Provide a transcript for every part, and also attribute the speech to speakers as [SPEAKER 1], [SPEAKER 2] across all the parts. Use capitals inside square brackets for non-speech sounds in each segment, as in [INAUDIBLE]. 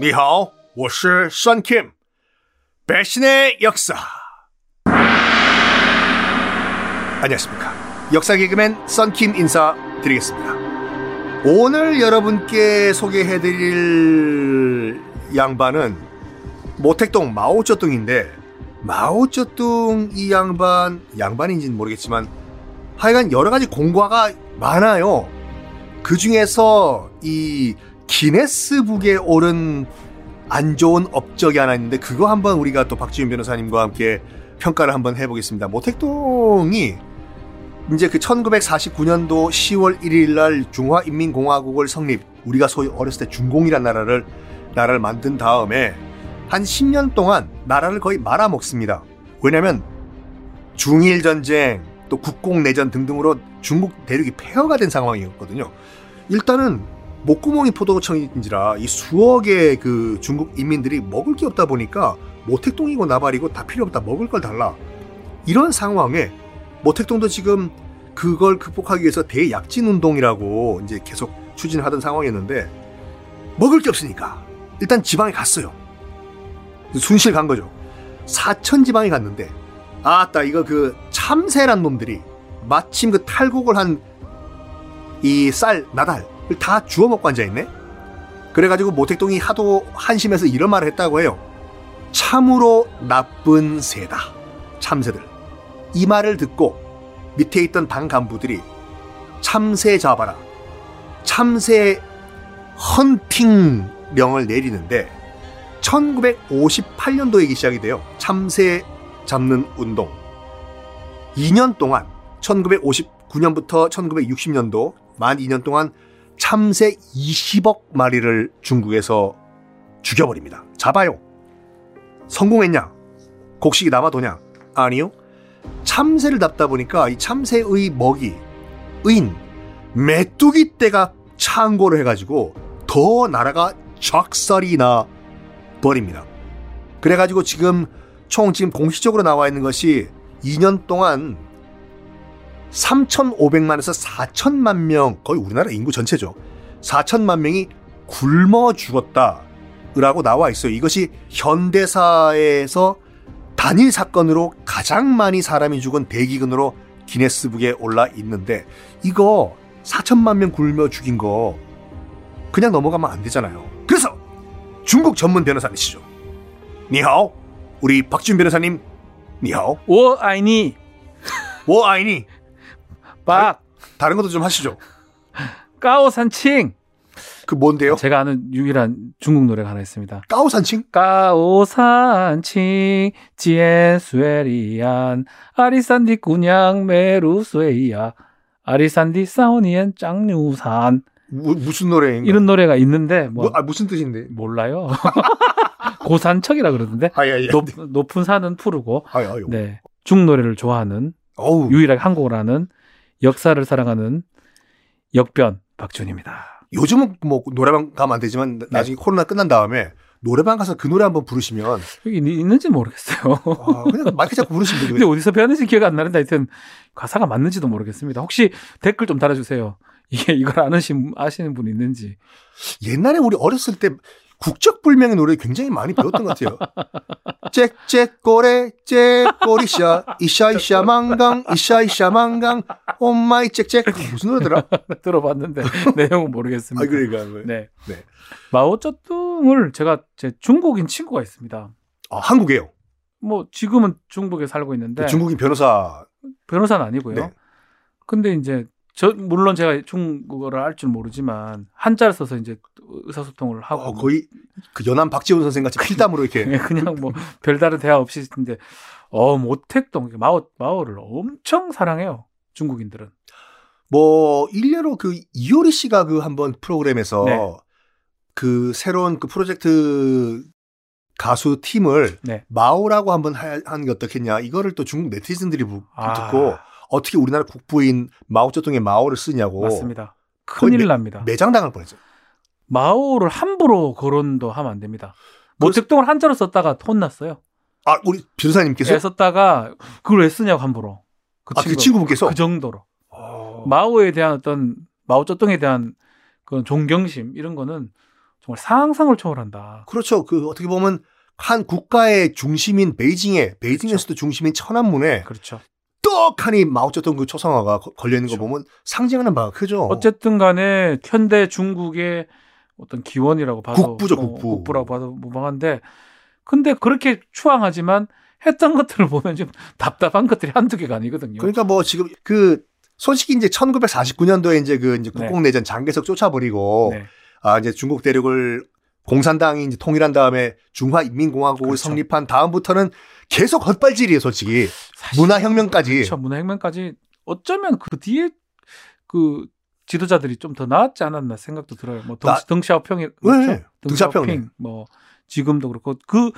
[SPEAKER 1] 니하오, 我是 Sun Kim. 배신의 역사. 안녕하십니까. 역사 개그맨 썬킴 인사드리겠습니다. 오늘 여러분께 소개해드릴 양반은 모택동 마오쩌둥인데 마오쩌둥 이 양반 양반인지는 모르겠지만 하여간 여러 가지 공과가 많아요. 그 중에서 이 기네스북에 오른 안 좋은 업적이 하나 있는데 그거 한번 우리가 또 박지윤 변호사님과 함께 평가를 한번 해보겠습니다. 모택동이 이제 그 1949년도 10월 1일 날 중화인민공화국을 성립, 우리가 소위 어렸을 때 중공이란 나라를, 나라를 만든 다음에 한 10년 동안 나라를 거의 말아먹습니다. 왜냐면 중일전쟁, 또 국공내전 등등으로 중국 대륙이 폐허가 된 상황이었거든요. 일단은 목구멍이 포도청인지라 이 수억의 그 중국 인민들이 먹을 게 없다 보니까 모택동이고 나발이고 다 필요 없다 먹을 걸 달라 이런 상황에 모택동도 지금 그걸 극복하기 위해서 대약진 운동이라고 이제 계속 추진하던 상황이었는데 먹을 게 없으니까 일단 지방에 갔어요 순실 간 거죠 사천 지방에 갔는데 아따 이거 그 참새란 놈들이 마침 그 탈곡을 한 이 쌀 나달 다 주워 먹고 앉아있네? 그래가지고 모택동이 하도 한심해서 이런 말을 했다고 해요. 참으로 나쁜 새다. 참새들. 이 말을 듣고 밑에 있던 당 간부들이 참새 잡아라. 참새 헌팅령을 내리는데 1958년도에 기 시작이 돼요. 참새 잡는 운동. 2년 동안 1959년부터 1960년도 만 2년 동안 참새 20억 마리를 중국에서 죽여버립니다. 잡아요. 성공했냐? 곡식이 남아도냐? 아니요. 참새를 잡다 보니까 이 참새의 먹이, 인, 메뚜기 떼가 창고를 해가지고 더 나라가 작살이 나 버립니다. 그래가지고 지금 총 지금 공식적으로 나와 있는 것이 2년 동안 3,500만에서 4천만 명, 거의 우리나라 인구 전체죠. 4천만 명이 굶어 죽었다라고 나와 있어요. 이것이 현대사에서 단일 사건으로 가장 많이 사람이 죽은 대기근으로 기네스북에 올라 있는데 이거 4천만 명 굶어 죽인 거 그냥 넘어가면 안 되잖아요. 그래서 중국 전문 변호사님이시죠. 니하오, 우리 박준 변호사님, 니하오.
[SPEAKER 2] 오 아이니
[SPEAKER 1] 워 아이니.
[SPEAKER 2] 박
[SPEAKER 1] 다른 것도 좀 하시죠.
[SPEAKER 2] 까오산칭
[SPEAKER 1] 그 뭔데요?
[SPEAKER 2] 제가 아는 유일한 중국 노래가 하나 있습니다.
[SPEAKER 1] 까오산칭?
[SPEAKER 2] 까오산칭 지엔스웨리안 아리산디 군양 메루스웨이야 아리산디 사오니엔 짱류산
[SPEAKER 1] 무, 무슨 노래인가?
[SPEAKER 2] 이런 노래가 있는데 뭐
[SPEAKER 1] 뭐, 아, 무슨 뜻인데?
[SPEAKER 2] 몰라요. [LAUGHS] 고산척이라 그러던데
[SPEAKER 1] 아, 예, 예.
[SPEAKER 2] 높, 높은 산은 푸르고
[SPEAKER 1] 아, 예, 아유.
[SPEAKER 2] 네 중국 노래를 좋아하는
[SPEAKER 1] 어우,
[SPEAKER 2] 유일하게 한국을 하는 역사를 사랑하는 역변 박준입니다.
[SPEAKER 1] 요즘은 뭐 노래방 가면 안 되지만 나-
[SPEAKER 2] 네.
[SPEAKER 1] 나중에 코로나 끝난 다음에 노래방 가서 그 노래 한번 부르시면
[SPEAKER 2] 여기 있- 있는지 모르겠어요. [LAUGHS]
[SPEAKER 1] 아, 그냥 마이크 잡고 부르시면
[SPEAKER 2] 근데
[SPEAKER 1] 되요
[SPEAKER 2] 어디서 배웠는지 기억이 안 나는데 하여튼 가사가 맞는지도 모르겠습니다. 혹시 댓글 좀 달아주세요. 이게 이걸 아는 아시는 분 있는지. [LAUGHS]
[SPEAKER 1] 옛날에 우리 어렸을 때 국적불명의 노래 굉장히 많이 배웠던 것
[SPEAKER 2] [LAUGHS]
[SPEAKER 1] 같아요. 잭잭꼬레 잭꼬리샤 이샤이샤 망강 이샤이샤 망강 오마이 잭잭 무슨 노래더라? [LAUGHS]
[SPEAKER 2] 들어봤는데 내용은 모르겠습니다.
[SPEAKER 1] 아 그러니까 뭐.
[SPEAKER 2] 네.
[SPEAKER 1] 네.
[SPEAKER 2] 마오쩌둥을 제가 제 중국인 친구가 있습니다.
[SPEAKER 1] 아, 한국이에요.
[SPEAKER 2] 뭐 지금은 중국에 살고 있는데
[SPEAKER 1] 네, 중국인 변호사
[SPEAKER 2] 변호사는 아니고요.
[SPEAKER 1] 네.
[SPEAKER 2] 근데 이제 저 물론 제가 중국어를 알 줄 모르지만 한자를 써서 이제 의사소통을 하고
[SPEAKER 1] 어, 거의 그 연암 박지훈 선생 같이 필담으로 이렇게
[SPEAKER 2] 예, 그냥 뭐 별다른 대화 없이 근데 어 모택동 마오 마오를 엄청 사랑해요 중국인들은
[SPEAKER 1] 뭐 일례로 그 이효리 씨가 그 한번 프로그램에서
[SPEAKER 2] 네.
[SPEAKER 1] 그 새로운 그 프로젝트 가수 팀을
[SPEAKER 2] 네.
[SPEAKER 1] 마오라고 한번 하- 하는 게 어떻겠냐 이거를 또 중국 네티즌들이 부-
[SPEAKER 2] 아.
[SPEAKER 1] 듣고 어떻게 우리나라 국부인 마오쩌둥의 마오를 쓰냐고
[SPEAKER 2] 맞습니다
[SPEAKER 1] 거의
[SPEAKER 2] 큰일
[SPEAKER 1] 매-
[SPEAKER 2] 납니다
[SPEAKER 1] 매장당할 뻔했죠.
[SPEAKER 2] 마오를 함부로 거론도 하면 안 됩니다 모택동을 한자로 썼다가 혼났어요
[SPEAKER 1] 아 우리 변호사님께서
[SPEAKER 2] 예, 썼다가 그걸 왜 쓰냐고 함부로 그
[SPEAKER 1] 아 그 친구분께서
[SPEAKER 2] 그 정도로
[SPEAKER 1] 어.
[SPEAKER 2] 마오에 대한 어떤 마오쩌둥에 대한 그런 존경심 이런 거는 정말 상상을 초월한다.
[SPEAKER 1] 그렇죠. 그 어떻게 보면 한 국가의 중심인 베이징에 베이징에서도 중심인 천안문에
[SPEAKER 2] 그렇죠.
[SPEAKER 1] 떡하니 마오쩌둥 그 초상화가 걸려 있는 거
[SPEAKER 2] 그렇죠.
[SPEAKER 1] 보면 상징하는 바가 크죠.
[SPEAKER 2] 어쨌든 간에 현대 중국의 어떤 기원이라고 봐도
[SPEAKER 1] 국부죠,
[SPEAKER 2] 어,
[SPEAKER 1] 국부.
[SPEAKER 2] 국부라고 봐도 무방한데 근데 그렇게 추앙하지만 했던 것들을 [LAUGHS] 보면 좀 답답한 것들이 한두 개가 아니거든요. 네.
[SPEAKER 1] 그러니까 뭐 지금 그 솔직히 이제 1949년도에 이제 그 이제 국공내전 장개석 쫓아버리고
[SPEAKER 2] 네.
[SPEAKER 1] 아 이제 중국 대륙을 공산당이 이제 통일한 다음에 중화인민공화국을
[SPEAKER 2] 그렇죠.
[SPEAKER 1] 성립한 다음부터는 계속 헛발질이에요, 솔직히.
[SPEAKER 2] 사실-
[SPEAKER 1] 문화혁명까지.
[SPEAKER 2] 그렇죠. 문화혁명까지 어쩌면 그 뒤에 그 지도자들이 좀 더 나았지 않았나 생각도 들어요. 뭐 덩,
[SPEAKER 1] 나-
[SPEAKER 2] 덩샤오평이 그렇죠?
[SPEAKER 1] 네,
[SPEAKER 2] 덩샤오핑,
[SPEAKER 1] 덩샤오핑.
[SPEAKER 2] 뭐 지금도 그렇고 그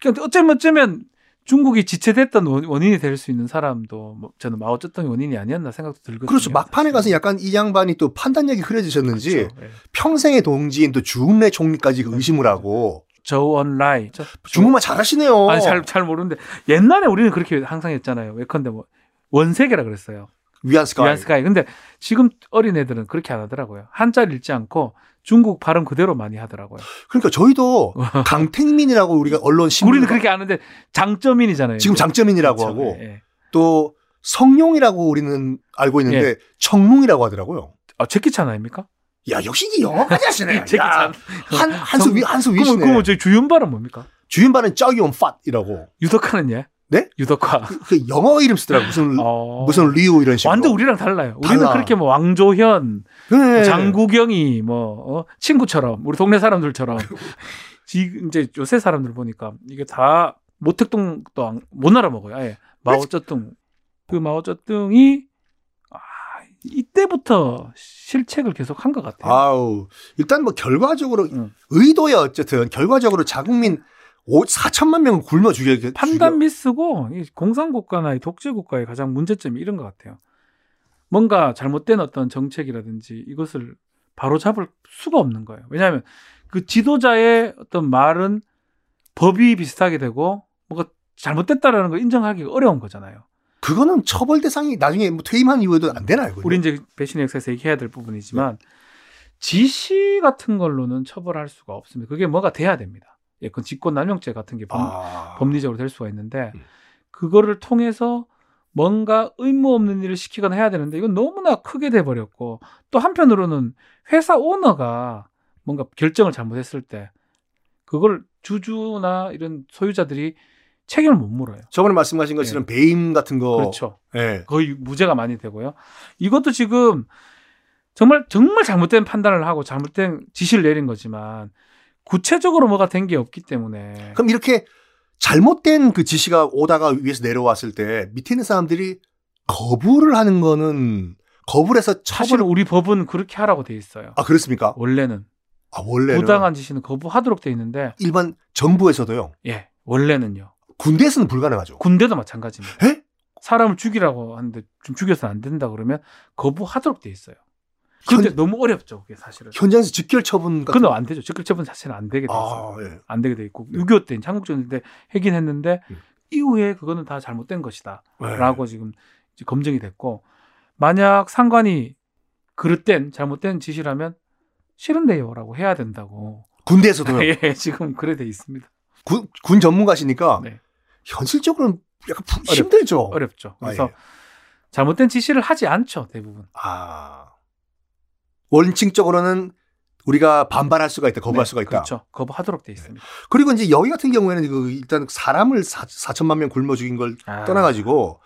[SPEAKER 2] 그러니까 어쩌면 어쩌면 중국이 지체됐던 원- 원인이 될 수 있는 사람도 뭐 저는 마오쩌둥 원인이 아니었나 생각도 들거든요.
[SPEAKER 1] 그렇죠. 막판에 가서 약간 이 양반이 또 판단력이 흐려지셨는지
[SPEAKER 2] 그렇죠. 예.
[SPEAKER 1] 평생의 동지인 또 주은래 총리까지 그 의심을 하고
[SPEAKER 2] 저원라이 저-
[SPEAKER 1] 중국말 잘하시네요.
[SPEAKER 2] 네. 아니 잘 잘 모르는데 옛날에 우리는 그렇게 항상 했잖아요. 예컨대 뭐 원세계라 그랬어요.
[SPEAKER 1] 위안 스카이.
[SPEAKER 2] 위안 스카이. 근데 지금 어린 애들은 그렇게 안 하더라고요. 한자를 읽지 않고 중국 발음 그대로 많이 하더라고요.
[SPEAKER 1] 그러니까
[SPEAKER 2] [LAUGHS]
[SPEAKER 1] 저희도 강택민이라고 우리가 언론 신문
[SPEAKER 2] 우리는 그렇게 아는데 장점인이잖아요.
[SPEAKER 1] 지금
[SPEAKER 2] 이제.
[SPEAKER 1] 장점인이라고
[SPEAKER 2] 그렇죠.
[SPEAKER 1] 하고
[SPEAKER 2] 예, 예.
[SPEAKER 1] 또 성룡이라고 우리는 알고 있는데 청룡이라고 하더라고요.
[SPEAKER 2] 아, 제키찬 아닙니까?
[SPEAKER 1] 야 역시 이 영어까지
[SPEAKER 2] [LAUGHS]
[SPEAKER 1] 하시네.
[SPEAKER 2] 제키찬.
[SPEAKER 1] 야, 한 한수
[SPEAKER 2] 성-
[SPEAKER 1] 위 한수
[SPEAKER 2] 그럼
[SPEAKER 1] 위시네.
[SPEAKER 2] 그럼 저 주윤발은 뭡니까?
[SPEAKER 1] 주인반은 짜기온 팟이라고.
[SPEAKER 2] 유덕화는 예?
[SPEAKER 1] 네?
[SPEAKER 2] 유덕화.
[SPEAKER 1] 그, 그 영어 이름 쓰더라고 무슨
[SPEAKER 2] 어.
[SPEAKER 1] 무슨 리우 이런 식으로.
[SPEAKER 2] 완전 우리랑 달라요. 우리는
[SPEAKER 1] 달라.
[SPEAKER 2] 그렇게 뭐 왕조현,
[SPEAKER 1] 네.
[SPEAKER 2] 뭐 장구경이 뭐 어? 친구처럼 우리 동네 사람들처럼 지 이제 요새 사람들 보니까 이게 다 모택동도 안- 못 알아먹어요. 아예 마오쩌둥 그 마오쩌둥이 아, 이때부터 실책을 계속 한 것 같아요.
[SPEAKER 1] 아우 일단 뭐 결과적으로
[SPEAKER 2] 응.
[SPEAKER 1] 의도야 어쨌든 결과적으로 자국민 5, 4천만 명을 굶어 죽여
[SPEAKER 2] 판단 미스고 이 공산국가나 이 독재국가의 가장 문제점이 이런 것 같아요. 뭔가 잘못된 어떤 정책이라든지 이것을 바로 잡을 수가 없는 거예요. 왜냐하면 그 지도자의 어떤 말은 법이 비슷하게 되고 뭔가 잘못됐다라는 걸 인정하기가 어려운 거잖아요.
[SPEAKER 1] 그거는 처벌 대상이 나중에 뭐 퇴임한 이후에도 안 되나요? 네. 그거?
[SPEAKER 2] 우리 이제 배신의 역사에서 얘기해야 될 부분이지만 지시 같은 걸로는 처벌할 수가 없습니다. 그게 뭐가 돼야 됩니다. 예, 그 집권남용죄 같은 게 법,
[SPEAKER 1] 아.
[SPEAKER 2] 법리적으로 될 수가 있는데
[SPEAKER 1] 음.
[SPEAKER 2] 그거를 통해서 뭔가 의무 없는 일을 시키거나 해야 되는데 이건 너무나 크게 돼 버렸고 또 한편으로는 회사 오너가 뭔가 결정을 잘못했을 때 그걸 주주나 이런 소유자들이 책임을 못 물어요.
[SPEAKER 1] 저번에 말씀하신 것처럼 배임 같은 거.
[SPEAKER 2] 예. 그렇죠.
[SPEAKER 1] 예.
[SPEAKER 2] 거의 무죄가 많이 되고요. 이것도 지금 정말 정말 잘못된 판단을 하고 잘못된 지시를 내린 거지만 구체적으로 뭐가 된 게 없기 때문에
[SPEAKER 1] 그럼 이렇게 잘못된 그 지시가 오다가 위에서 내려왔을 때 밑에 있는 사람들이 거부를 하는 거는 거부를 해서
[SPEAKER 2] 사실
[SPEAKER 1] 처벌을
[SPEAKER 2] 우리 법은 그렇게 하라고 돼 있어요.
[SPEAKER 1] 아 그렇습니까?
[SPEAKER 2] 원래는
[SPEAKER 1] 아 원래는
[SPEAKER 2] 부당한 지시는 거부하도록 돼 있는데
[SPEAKER 1] 일반 정부에서도요.
[SPEAKER 2] 예 원래는요
[SPEAKER 1] 군대에서는 불가능하죠.
[SPEAKER 2] 군대도 마찬가지입니다.
[SPEAKER 1] 에?
[SPEAKER 2] 사람을 죽이라고 하는데 좀 죽여서는 안 된다 그러면 거부하도록 돼 있어요. 그런데 너무 어렵죠 그게 사실은.
[SPEAKER 1] 현장에서 직결 처분 같은
[SPEAKER 2] 그건 안 되죠. 직결처분 자체는 안 되게 돼 있어요.
[SPEAKER 1] 아, 예.
[SPEAKER 2] 안 되게 돼 있고 6.25 때 한국 전인데 하긴 했는데
[SPEAKER 1] 음.
[SPEAKER 2] 이후에 그거는 다 잘못된 것이다라고
[SPEAKER 1] 예.
[SPEAKER 2] 지금 이제 검증이 됐고 만약 상관이 그릇된 잘못된 지시라면 싫은데요라고 해야 된다고
[SPEAKER 1] 군대에서도요.
[SPEAKER 2] [LAUGHS] 예 지금 그래 돼 있습니다.
[SPEAKER 1] 군, 군 전문가시니까
[SPEAKER 2] 네.
[SPEAKER 1] 현실적으로는 약간 부- 힘들죠.
[SPEAKER 2] 어렵죠.
[SPEAKER 1] 아,
[SPEAKER 2] 그래서
[SPEAKER 1] 예.
[SPEAKER 2] 잘못된 지시를 하지 않죠 대부분.
[SPEAKER 1] 아. 원칙적으로는 우리가 반발할 수가 있다, 거부할
[SPEAKER 2] 네,
[SPEAKER 1] 수가 있다.
[SPEAKER 2] 그렇죠. 거부하도록 돼 있습니다.
[SPEAKER 1] 그리고 이제 여기 같은 경우에는 그 일단 사람을 4, 4천만 명 굶어 죽인 걸
[SPEAKER 2] 아,
[SPEAKER 1] 네. 떠나가지고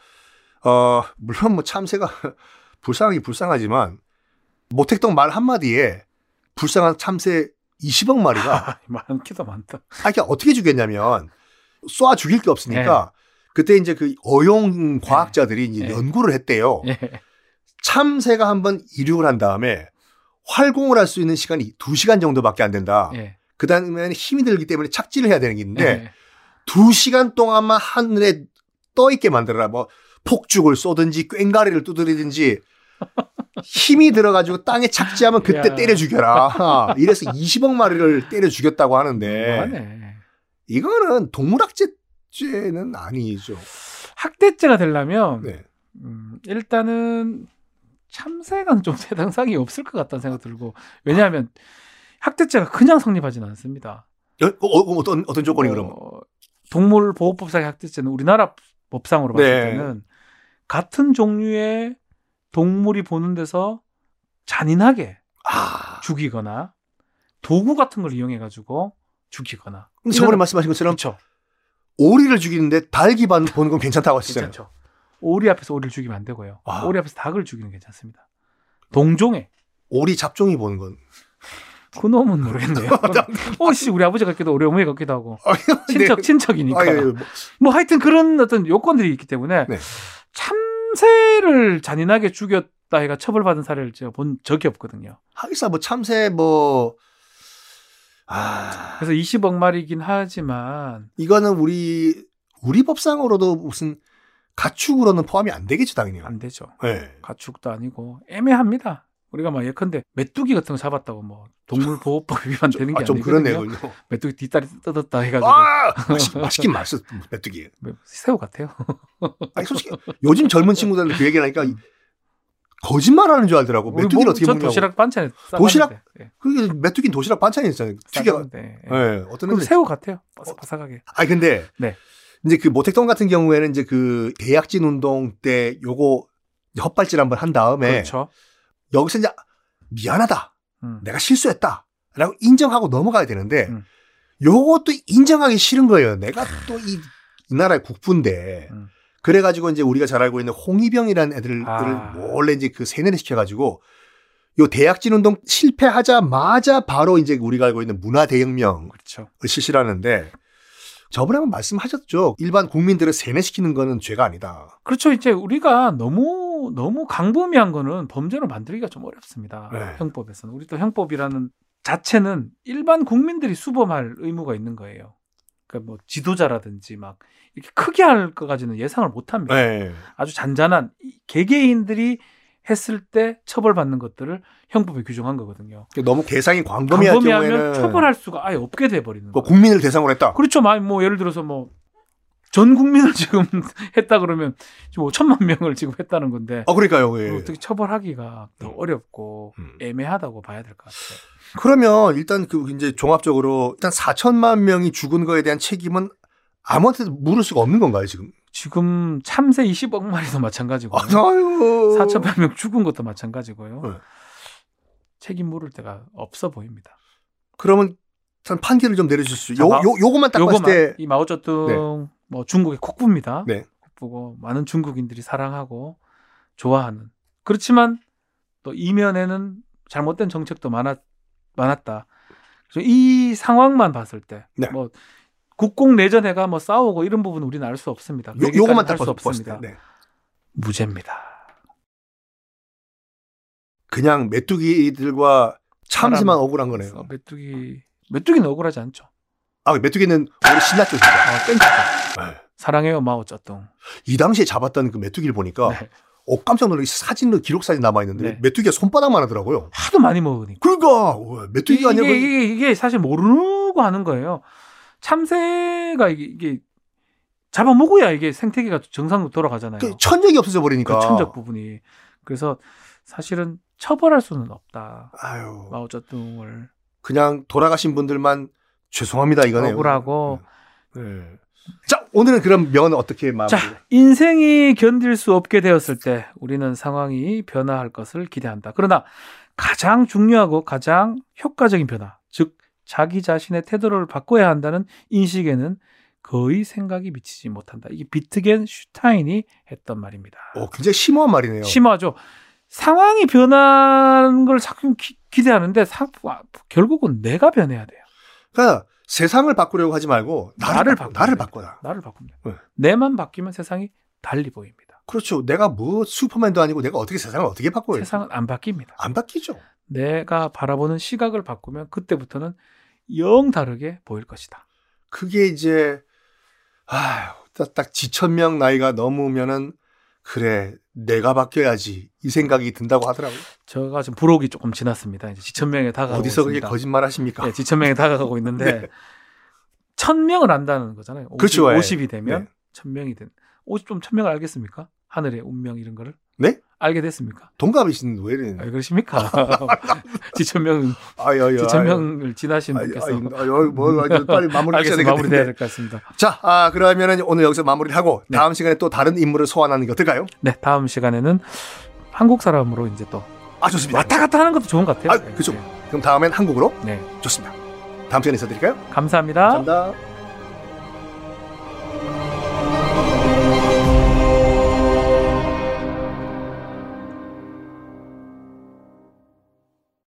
[SPEAKER 1] 어 물론 뭐 참새가 [LAUGHS] 불쌍하기 불쌍하지만 모택동 말 한마디에 불쌍한 참새 20억
[SPEAKER 2] [LAUGHS]
[SPEAKER 1] 마리가
[SPEAKER 2] 아, 많기도 많다.
[SPEAKER 1] 아 그러니까 어떻게 죽였냐면 쏴 죽일 게 없으니까 그때 이제 그 어용 과학자들이 이제
[SPEAKER 2] 네.
[SPEAKER 1] 연구를 했대요.
[SPEAKER 2] 예.
[SPEAKER 1] 참새가 한번 이륙을 한 다음에 활공을 할 수 있는 시간이 2시간 정도밖에 안 된다.
[SPEAKER 2] 예.
[SPEAKER 1] 그 다음에는 힘이 들기 때문에 착지를 해야 되는 게 있는데
[SPEAKER 2] 예.
[SPEAKER 1] 두 시간 동안만 하늘에 떠 있게 만들어라. 뭐 폭죽을 쏘든지 꽹가리를 두드리든지 힘이 들어가지고 땅에 착지하면 그때
[SPEAKER 2] 야.
[SPEAKER 1] 때려 죽여라. 이래서 20억 마리를 때려 죽였다고 하는데
[SPEAKER 2] 뭐하네.
[SPEAKER 1] 이거는 동물학대죄는 아니죠.
[SPEAKER 2] 학대죄가 되려면
[SPEAKER 1] 네.
[SPEAKER 2] 음, [LAUGHS] 일단은 참새가는 좀 해당 사항이 없을 것 같다는 생각 들고 왜냐하면 학대죄가 그냥 성립하지는 않습니다.
[SPEAKER 1] 여- 어, 어, 어떤 어떤 조건이 그럼?
[SPEAKER 2] 어, 동물보호법상의 학대죄는 우리나라 법상으로 봤을
[SPEAKER 1] 네.
[SPEAKER 2] 때는 같은 종류의 동물이 보는 데서 잔인하게
[SPEAKER 1] 아,
[SPEAKER 2] 죽이거나 도구 같은 걸 이용해 가지고 죽이거나
[SPEAKER 1] 근데 저번에 말씀하신 것처럼
[SPEAKER 2] 그렇죠.
[SPEAKER 1] 오리를 죽이는데 닭 기반 보는 건 괜찮다고 하시잖아요.
[SPEAKER 2] 괜찮죠. 오리 앞에서 오리를 죽이면 안 되고요.
[SPEAKER 1] 아.
[SPEAKER 2] 오리 앞에서 닭을 죽이는 게 괜찮습니다. 동종에
[SPEAKER 1] 오리 잡종이 보는 건.
[SPEAKER 2] 그놈은
[SPEAKER 1] [LAUGHS]
[SPEAKER 2] 아, 모르겠네요. 오씨 우리 아버지 같기도 하고 우리 어머니 같기도 하고
[SPEAKER 1] 아,
[SPEAKER 2] 친척
[SPEAKER 1] 네.
[SPEAKER 2] 친척이니까.
[SPEAKER 1] 아, 예, 예. 뭐,
[SPEAKER 2] 뭐 하여튼 그런 어떤 요건들이 있기 때문에
[SPEAKER 1] 네.
[SPEAKER 2] 참새를 잔인하게 죽였다 해가 처벌받은 사례를 제가 본 적이 없거든요.
[SPEAKER 1] 하기사 뭐 참새 뭐 아,
[SPEAKER 2] 그래서 20억 마리긴 하지만
[SPEAKER 1] 이거는 우리 우리 법상으로도 무슨 가축으로는 포함이 안 되겠죠 당연히.
[SPEAKER 2] 안 되죠.
[SPEAKER 1] 네.
[SPEAKER 2] 가축도 아니고 애매합니다. 우리가 막 예컨대 메뚜기 같은 거 잡았다고 뭐
[SPEAKER 1] [LAUGHS]
[SPEAKER 2] 동물보호법 위반 되는 게
[SPEAKER 1] 아, 좀
[SPEAKER 2] 아니거든요.
[SPEAKER 1] 그렇네요.
[SPEAKER 2] 메뚜기 뒷다리 뜯었다 해가지고 뭐
[SPEAKER 1] 아, 맛있, 맛있긴 맛있어 뭐, 메뚜기.
[SPEAKER 2] 새우 같아요.
[SPEAKER 1] 아니 솔직히 요즘 젊은 친구들 그 얘기하니까 거짓말하는 줄 알더라고.
[SPEAKER 2] 우리
[SPEAKER 1] 메뚜기를
[SPEAKER 2] 뭐-
[SPEAKER 1] 어떻게
[SPEAKER 2] 저
[SPEAKER 1] 먹냐고.
[SPEAKER 2] 도시락 반찬에 싸
[SPEAKER 1] 도시락?
[SPEAKER 2] 봤는데. 예,
[SPEAKER 1] 그게 메뚜기는 도시락 반찬이었잖아요.
[SPEAKER 2] 싸
[SPEAKER 1] 튀겨.
[SPEAKER 2] 봤는데. 예.
[SPEAKER 1] 예. 네, 어떤
[SPEAKER 2] 그리고
[SPEAKER 1] 애들
[SPEAKER 2] 새우 같아요. 바삭바삭하게.
[SPEAKER 1] 아니 근데
[SPEAKER 2] 네.
[SPEAKER 1] 이제 그 모택동 같은 경우에는 이제 그 대약진 운동 때 요거 헛발질 한번 한 다음에
[SPEAKER 2] 그렇죠.
[SPEAKER 1] 여기서 이제 미안하다.
[SPEAKER 2] 음.
[SPEAKER 1] 내가 실수했다. 라고 인정하고 넘어가야 되는데,
[SPEAKER 2] 음. 아.
[SPEAKER 1] 요것도 인정하기 싫은 거예요. 내가 또 이, 이 나라의 국부인데.
[SPEAKER 2] 음.
[SPEAKER 1] 그래가지고 이제 우리가 잘 알고 있는 홍위병이라는 애들을
[SPEAKER 2] 아.
[SPEAKER 1] 몰래 이제 그 세뇌를 시켜가지고, 요 대약진 운동 실패하자마자 바로 이제 우리가 알고 있는 문화대혁명을
[SPEAKER 2] 그렇죠.
[SPEAKER 1] 실시하는데, 저번에 한번 말씀하셨죠. 일반 국민들을 세뇌시키는 거는 죄가 아니다.
[SPEAKER 2] 그렇죠. 이제 우리가 너무 너무 강범위한 거는 범죄로 만들기가 좀 어렵습니다.
[SPEAKER 1] 네.
[SPEAKER 2] 형법에서는 우리 또 형법이라는 자체는 일반 국민들이 수범할 의무가 있는 거예요. 그러니까 뭐 지도자라든지 막 이렇게 크게 할 것까지는 예상을 못 합니다.
[SPEAKER 1] 네.
[SPEAKER 2] 아주 잔잔한 이 개개인들이 했을 때 처벌받는 것들을 형법에 규정한 거거든요.
[SPEAKER 1] 네. 너무 대상이 그러니까 광범위한
[SPEAKER 2] 범죄하면
[SPEAKER 1] 경우에는
[SPEAKER 2] 처벌할 수가 아예 없게 돼 버리는
[SPEAKER 1] 뭐
[SPEAKER 2] 거예요.
[SPEAKER 1] 국민을 대상으로 했다.
[SPEAKER 2] 그렇죠. 마- 뭐 예를 들어서 뭐 전 국민을 [LAUGHS] 지금 했다 그러면 지금 5천만 명을 지금 했다는 건데
[SPEAKER 1] 아, 그러니까요. 예.
[SPEAKER 2] 어떻게 처벌하기가 더 어렵고
[SPEAKER 1] 음.
[SPEAKER 2] 애매하다고 봐야 될 것 같아요.
[SPEAKER 1] 그러면 일단 그 이제 종합적으로 일단 4천만 명이 죽은 거에 대한 책임은 아무한테도 물을 수가 없는 건가요
[SPEAKER 2] [LAUGHS]
[SPEAKER 1] 지금?
[SPEAKER 2] 지금 참새 20억 마리도 마찬가지고 요
[SPEAKER 1] 아유.
[SPEAKER 2] 4천만 명 죽은 것도 마찬가지고요.
[SPEAKER 1] 아, 네.
[SPEAKER 2] 책임 물을 데가 없어 보입니다.
[SPEAKER 1] 그러면 일단 판결을 좀 내려줄 수. 요,
[SPEAKER 2] 자, 마-
[SPEAKER 1] 요 요것만 딱
[SPEAKER 2] 요거만
[SPEAKER 1] 봤을 때.
[SPEAKER 2] 이 마오쩌둥 뭐 중국의 국부입니다.
[SPEAKER 1] 네.
[SPEAKER 2] 국부고 많은 중국인들이 사랑하고 좋아하는. 그렇지만 또 이면에는 잘못된 정책도 많았 많았다. 그래서 이 상황만 봤을 때 뭐
[SPEAKER 1] 네.
[SPEAKER 2] 국공 내전해가 뭐 싸우고 이런 부분은 우리는 알 수 없습니다. 그
[SPEAKER 1] 요, 요것만
[SPEAKER 2] 얘기까지는 할
[SPEAKER 1] 딱
[SPEAKER 2] 수
[SPEAKER 1] 봤- 봤을
[SPEAKER 2] 없습니다.
[SPEAKER 1] 때. 네.
[SPEAKER 2] 무죄입니다.
[SPEAKER 1] 그냥 메뚜기들과 참새만
[SPEAKER 2] 사람.
[SPEAKER 1] 억울한
[SPEAKER 2] 그래서
[SPEAKER 1] 거네요.
[SPEAKER 2] 메뚜기 메뚜기는 억울하지 않죠.
[SPEAKER 1] 아 메뚜기는 원래 신났죠. 진짜.
[SPEAKER 2] 아, 땡
[SPEAKER 1] 네.
[SPEAKER 2] 사랑해요 마오쩌둥.
[SPEAKER 1] 이 당시에 잡았던 그 메뚜기를 보니까
[SPEAKER 2] 네.
[SPEAKER 1] 어, 깜짝 놀라 사진으로 기록 사진 남아 있는데
[SPEAKER 2] 네.
[SPEAKER 1] 메뚜기가 손바닥만 하더라고요.
[SPEAKER 2] 하도 많이 먹으니까.
[SPEAKER 1] 그러니까 어, 메뚜기가 아니라
[SPEAKER 2] 이게,
[SPEAKER 1] 그-
[SPEAKER 2] 이게, 이게 사실 모르고 하는 거예요. 참새가 이게, 이게 잡아먹어야 이게 생태계가 정상으로 돌아가잖아요.
[SPEAKER 1] 그 천적이 없어져 버리니까.
[SPEAKER 2] 그 천적 부분이. 그래서 사실은 처벌할 수는 없다.
[SPEAKER 1] 어. 아유.
[SPEAKER 2] 마오쩌둥을
[SPEAKER 1] 그냥 돌아가신 분들만 죄송합니다 이거네요.
[SPEAKER 2] 억울하고
[SPEAKER 1] 네. 자 오늘은 그럼 면 어떻게 마무리?
[SPEAKER 2] 자 인생이 견딜 수 없게 되었을 때 우리는 상황이 변화할 것을 기대한다. 그러나 가장 중요하고 가장 효과적인 변화, 즉 자기 자신의 태도를 바꿔야 한다는 인식에는 거의 생각이 미치지 못한다. 이게 비트겐 슈타인이 했던 말입니다.
[SPEAKER 1] 어, 굉장히 심오한 말이네요.
[SPEAKER 2] 심하죠. 상황이 변하는 걸 자꾸 기, 대하는데 결국은 내가 변해야 돼요.
[SPEAKER 1] 그러니까 세상을 바꾸려고 하지 말고 나를,
[SPEAKER 2] 나를
[SPEAKER 1] 바꾸,
[SPEAKER 2] 바꾸자.
[SPEAKER 1] 나를 바꿔라.
[SPEAKER 2] 나를 바꾸면 돼.
[SPEAKER 1] 네.
[SPEAKER 2] 내만 바뀌면 세상이 달리 보입니다.
[SPEAKER 1] 그렇죠. 내가 뭐 슈퍼맨도 아니고 내가 어떻게 세상을 어떻게 바꿔요?
[SPEAKER 2] 세상은 안 바뀝니다.
[SPEAKER 1] 안 바뀌죠.
[SPEAKER 2] 내가 바라보는 시각을 바꾸면 그때부터는 영 다르게 보일 것이다.
[SPEAKER 1] 그게 이제 아휴 딱, 딱 지천명 나이가 넘으면은 그래 내가 바뀌어야지 이 생각이 든다고 하더라고. 요
[SPEAKER 2] 제가 지금 부록이 조금 지났습니다. 이제 지천명에 다가가고
[SPEAKER 1] 어디서 그게
[SPEAKER 2] 있습니다.
[SPEAKER 1] 거짓말 하십니까?
[SPEAKER 2] 네, 지천명에 다가가고
[SPEAKER 1] [LAUGHS]
[SPEAKER 2] 있는데 천명을 안다는 거잖아요. 50,
[SPEAKER 1] 그렇죠, 예.
[SPEAKER 2] 50이 되면 천명이 된. 50좀 천명을 알겠습니까? 하늘의 운명 이런 거를.
[SPEAKER 1] 네?
[SPEAKER 2] 알게 됐습니까?
[SPEAKER 1] 동갑이신
[SPEAKER 2] 아,
[SPEAKER 1] 왜이래 [LAUGHS]
[SPEAKER 2] 그러십니까? [LAUGHS] 지천명
[SPEAKER 1] 아유,
[SPEAKER 2] 지천명을 지나신
[SPEAKER 1] 아유,
[SPEAKER 2] 분께서
[SPEAKER 1] 아유, 아유, 뭐, 아유,
[SPEAKER 2] [LAUGHS]
[SPEAKER 1] 빨리 마무리 해야
[SPEAKER 2] 알겠습니다.
[SPEAKER 1] 되겠는데.
[SPEAKER 2] 마무리돼야 될 것 같습니다.
[SPEAKER 1] 자, 아, 그러면은 오늘 여기서 마무리를 하고
[SPEAKER 2] 네.
[SPEAKER 1] 다음 시간에 또 다른 인물을 소환하는 게 어떨까요?
[SPEAKER 2] 네, 다음 시간에는 한국 사람으로 이제 또
[SPEAKER 1] 아, 좋습니다.
[SPEAKER 2] 왔다 갔다 하는 것도 좋은 것 같아요.
[SPEAKER 1] 아, 그죠. 그럼 다음엔 한국으로
[SPEAKER 2] 네, 아.
[SPEAKER 1] 좋습니다. 다음 시간에 있어드릴까요?
[SPEAKER 2] 감사합니다.
[SPEAKER 1] 감사합니다.